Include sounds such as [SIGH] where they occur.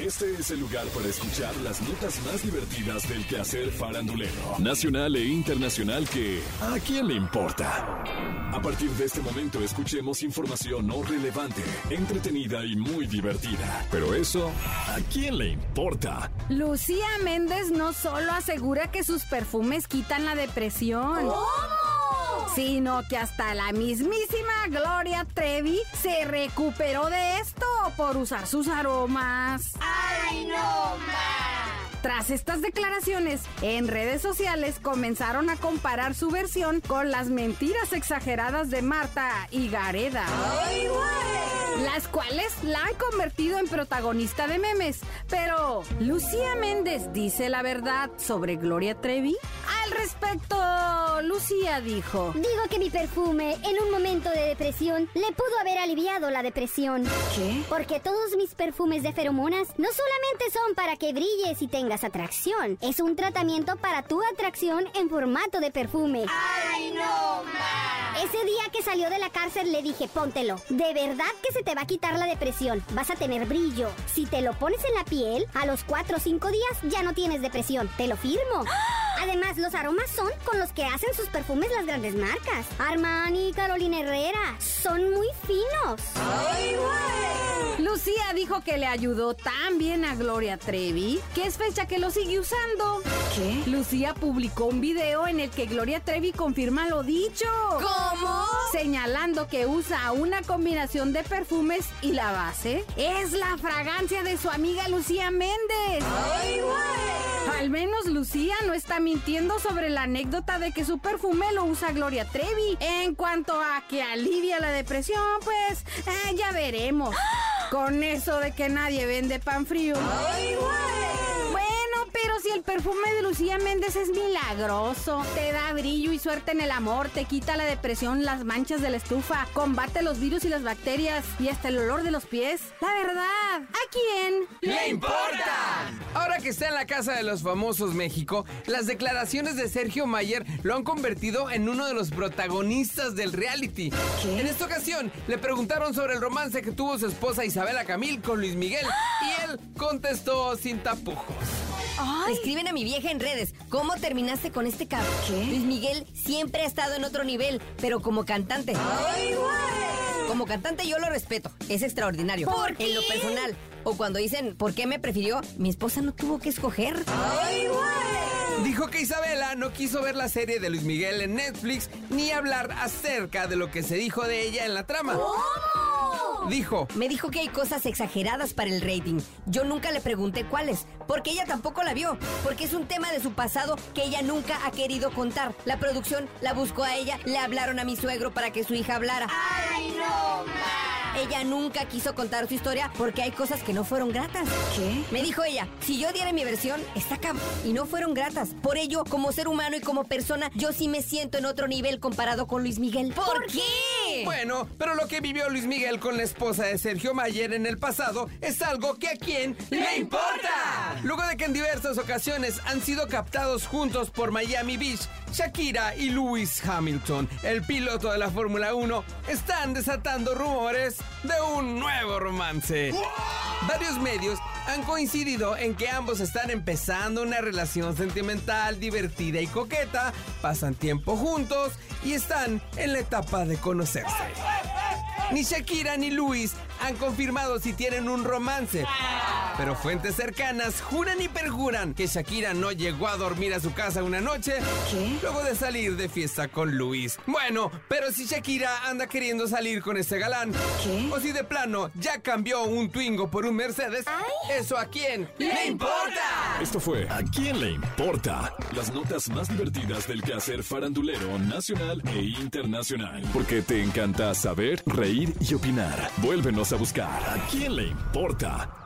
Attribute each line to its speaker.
Speaker 1: Este es el lugar para escuchar las notas más divertidas del quehacer farandulero, nacional e internacional que ¿a quién le importa? A partir de este momento escuchemos información no relevante, entretenida y muy divertida. Pero eso, ¿a quién le importa?
Speaker 2: Lucía Méndez no solo asegura que sus perfumes quitan la depresión. Sino que hasta la mismísima Gloria Trevi se recuperó de esto por usar sus aromas.
Speaker 3: ¡Ay, no
Speaker 2: Tras estas declaraciones, en redes sociales comenzaron a comparar su versión con las mentiras exageradas de Marta y Gareda.
Speaker 3: ¡Ay, güey!
Speaker 2: Las cuales la han convertido en protagonista de memes. Pero, ¿Lucía Méndez dice la verdad sobre Gloria Trevi? Al respecto, Lucía dijo.
Speaker 4: Digo que mi perfume, en un momento de depresión, le pudo haber aliviado la depresión.
Speaker 2: ¿Qué?
Speaker 4: Porque todos mis perfumes de feromonas no solamente son para que brilles y tengas atracción, es un tratamiento para tu atracción en formato de perfume.
Speaker 3: ¡Ay, no
Speaker 4: Ese día que salió de la cárcel le dije, póntelo. De verdad que se te va a quitar la depresión. Vas a tener brillo. Si te lo pones en la piel, a los 4 o 5 días ya no tienes depresión. Te lo firmo.
Speaker 3: [GASPS]
Speaker 4: Además, los aromas son con los que hacen sus perfumes las grandes marcas. Armani, Carolina Herrera. Son muy finos.
Speaker 3: ¡Ay, güey!
Speaker 2: Lucía dijo que le ayudó tan bien a Gloria Trevi que es fecha que lo sigue usando. ¿Qué? Lucía publicó un video en el que Gloria Trevi confirma lo dicho.
Speaker 3: ¿Cómo?
Speaker 2: Señalando que usa una combinación de perfumes y la base es la fragancia de su amiga Lucía Méndez.
Speaker 3: ¡Ay, güey!
Speaker 2: Al menos Lucía no está mintiendo sobre la anécdota de que su perfume lo usa Gloria Trevi. En cuanto a que alivia la depresión, pues eh, ya veremos.
Speaker 3: [GASPS]
Speaker 2: Con eso de que nadie vende pan frío.
Speaker 3: ¡Ay, güey!
Speaker 2: Bueno, pero si el perfume de Lucía Méndez es milagroso, te da brillo y suerte en el amor, te quita la depresión, las manchas de la estufa, combate los virus y las bacterias y hasta el olor de los pies. La verdad, ¿a quién?
Speaker 5: ¡Le importa! Ahora que está en la casa de los famosos México, las declaraciones de Sergio Mayer lo han convertido en uno de los protagonistas del reality. En esta ocasión, le preguntaron sobre el romance que tuvo su esposa Isabela Camil con Luis Miguel y él contestó sin tapujos.
Speaker 6: Escriben a mi vieja en redes. ¿Cómo terminaste con este cabrón? Luis Miguel siempre ha estado en otro nivel, pero como cantante.
Speaker 3: ¡Ay, güey!
Speaker 6: Como cantante yo lo respeto. Es extraordinario.
Speaker 3: ¿Por
Speaker 6: En lo
Speaker 3: qué?
Speaker 6: personal. O cuando dicen, ¿por qué me prefirió? Mi esposa no tuvo que escoger.
Speaker 3: ¡Ay, güey!
Speaker 5: Dijo que Isabela no quiso ver la serie de Luis Miguel en Netflix ni hablar acerca de lo que se dijo de ella en la trama. Dijo,
Speaker 6: Me dijo que hay cosas exageradas para el rating. Yo nunca le pregunté cuáles, porque ella tampoco la vio, porque es un tema de su pasado que ella nunca ha querido contar. La producción la buscó a ella, le hablaron a mi suegro para que su hija hablara.
Speaker 3: ¡Ay, no
Speaker 6: Ella nunca quiso contar su historia porque hay cosas que no fueron gratas. ¿Qué? Me dijo ella, si yo diera mi versión, está cabrón. Y no fueron gratas. Por ello, como ser humano y como persona, yo sí me siento en otro nivel comparado con Luis Miguel. ¿Por, qué?
Speaker 5: Bueno, pero lo que vivió Luis Miguel con la esposa de Sergio Mayer en el pasado es algo que a quién le importa. Luego de que en diversas ocasiones han sido captados juntos por Miami Beach, Shakira y Lewis Hamilton, el piloto de la Fórmula 1, están desatando rumores de un nuevo romance. Varios medios han coincidido en que ambos están empezando una relación sentimental, divertida y coqueta, pasan tiempo juntos y están en la etapa de conocerse. Ni Shakira ni Luis han confirmado si tienen un romance. Pero fuentes cercanas juran y perjuran que Shakira no llegó a dormir a su casa una noche luego de salir de fiesta con Luis. Bueno, pero si Shakira anda queriendo salir con este galán, o si de plano ya cambió un Twingo por un Mercedes, ¿eso a quién le importa?
Speaker 1: Esto fue ¿A quién le importa? Las notas más divertidas del quehacer farandulero nacional e internacional. Porque te encanta saber, reír y opinar. Vuélvenos a buscar ¿A quién le importa?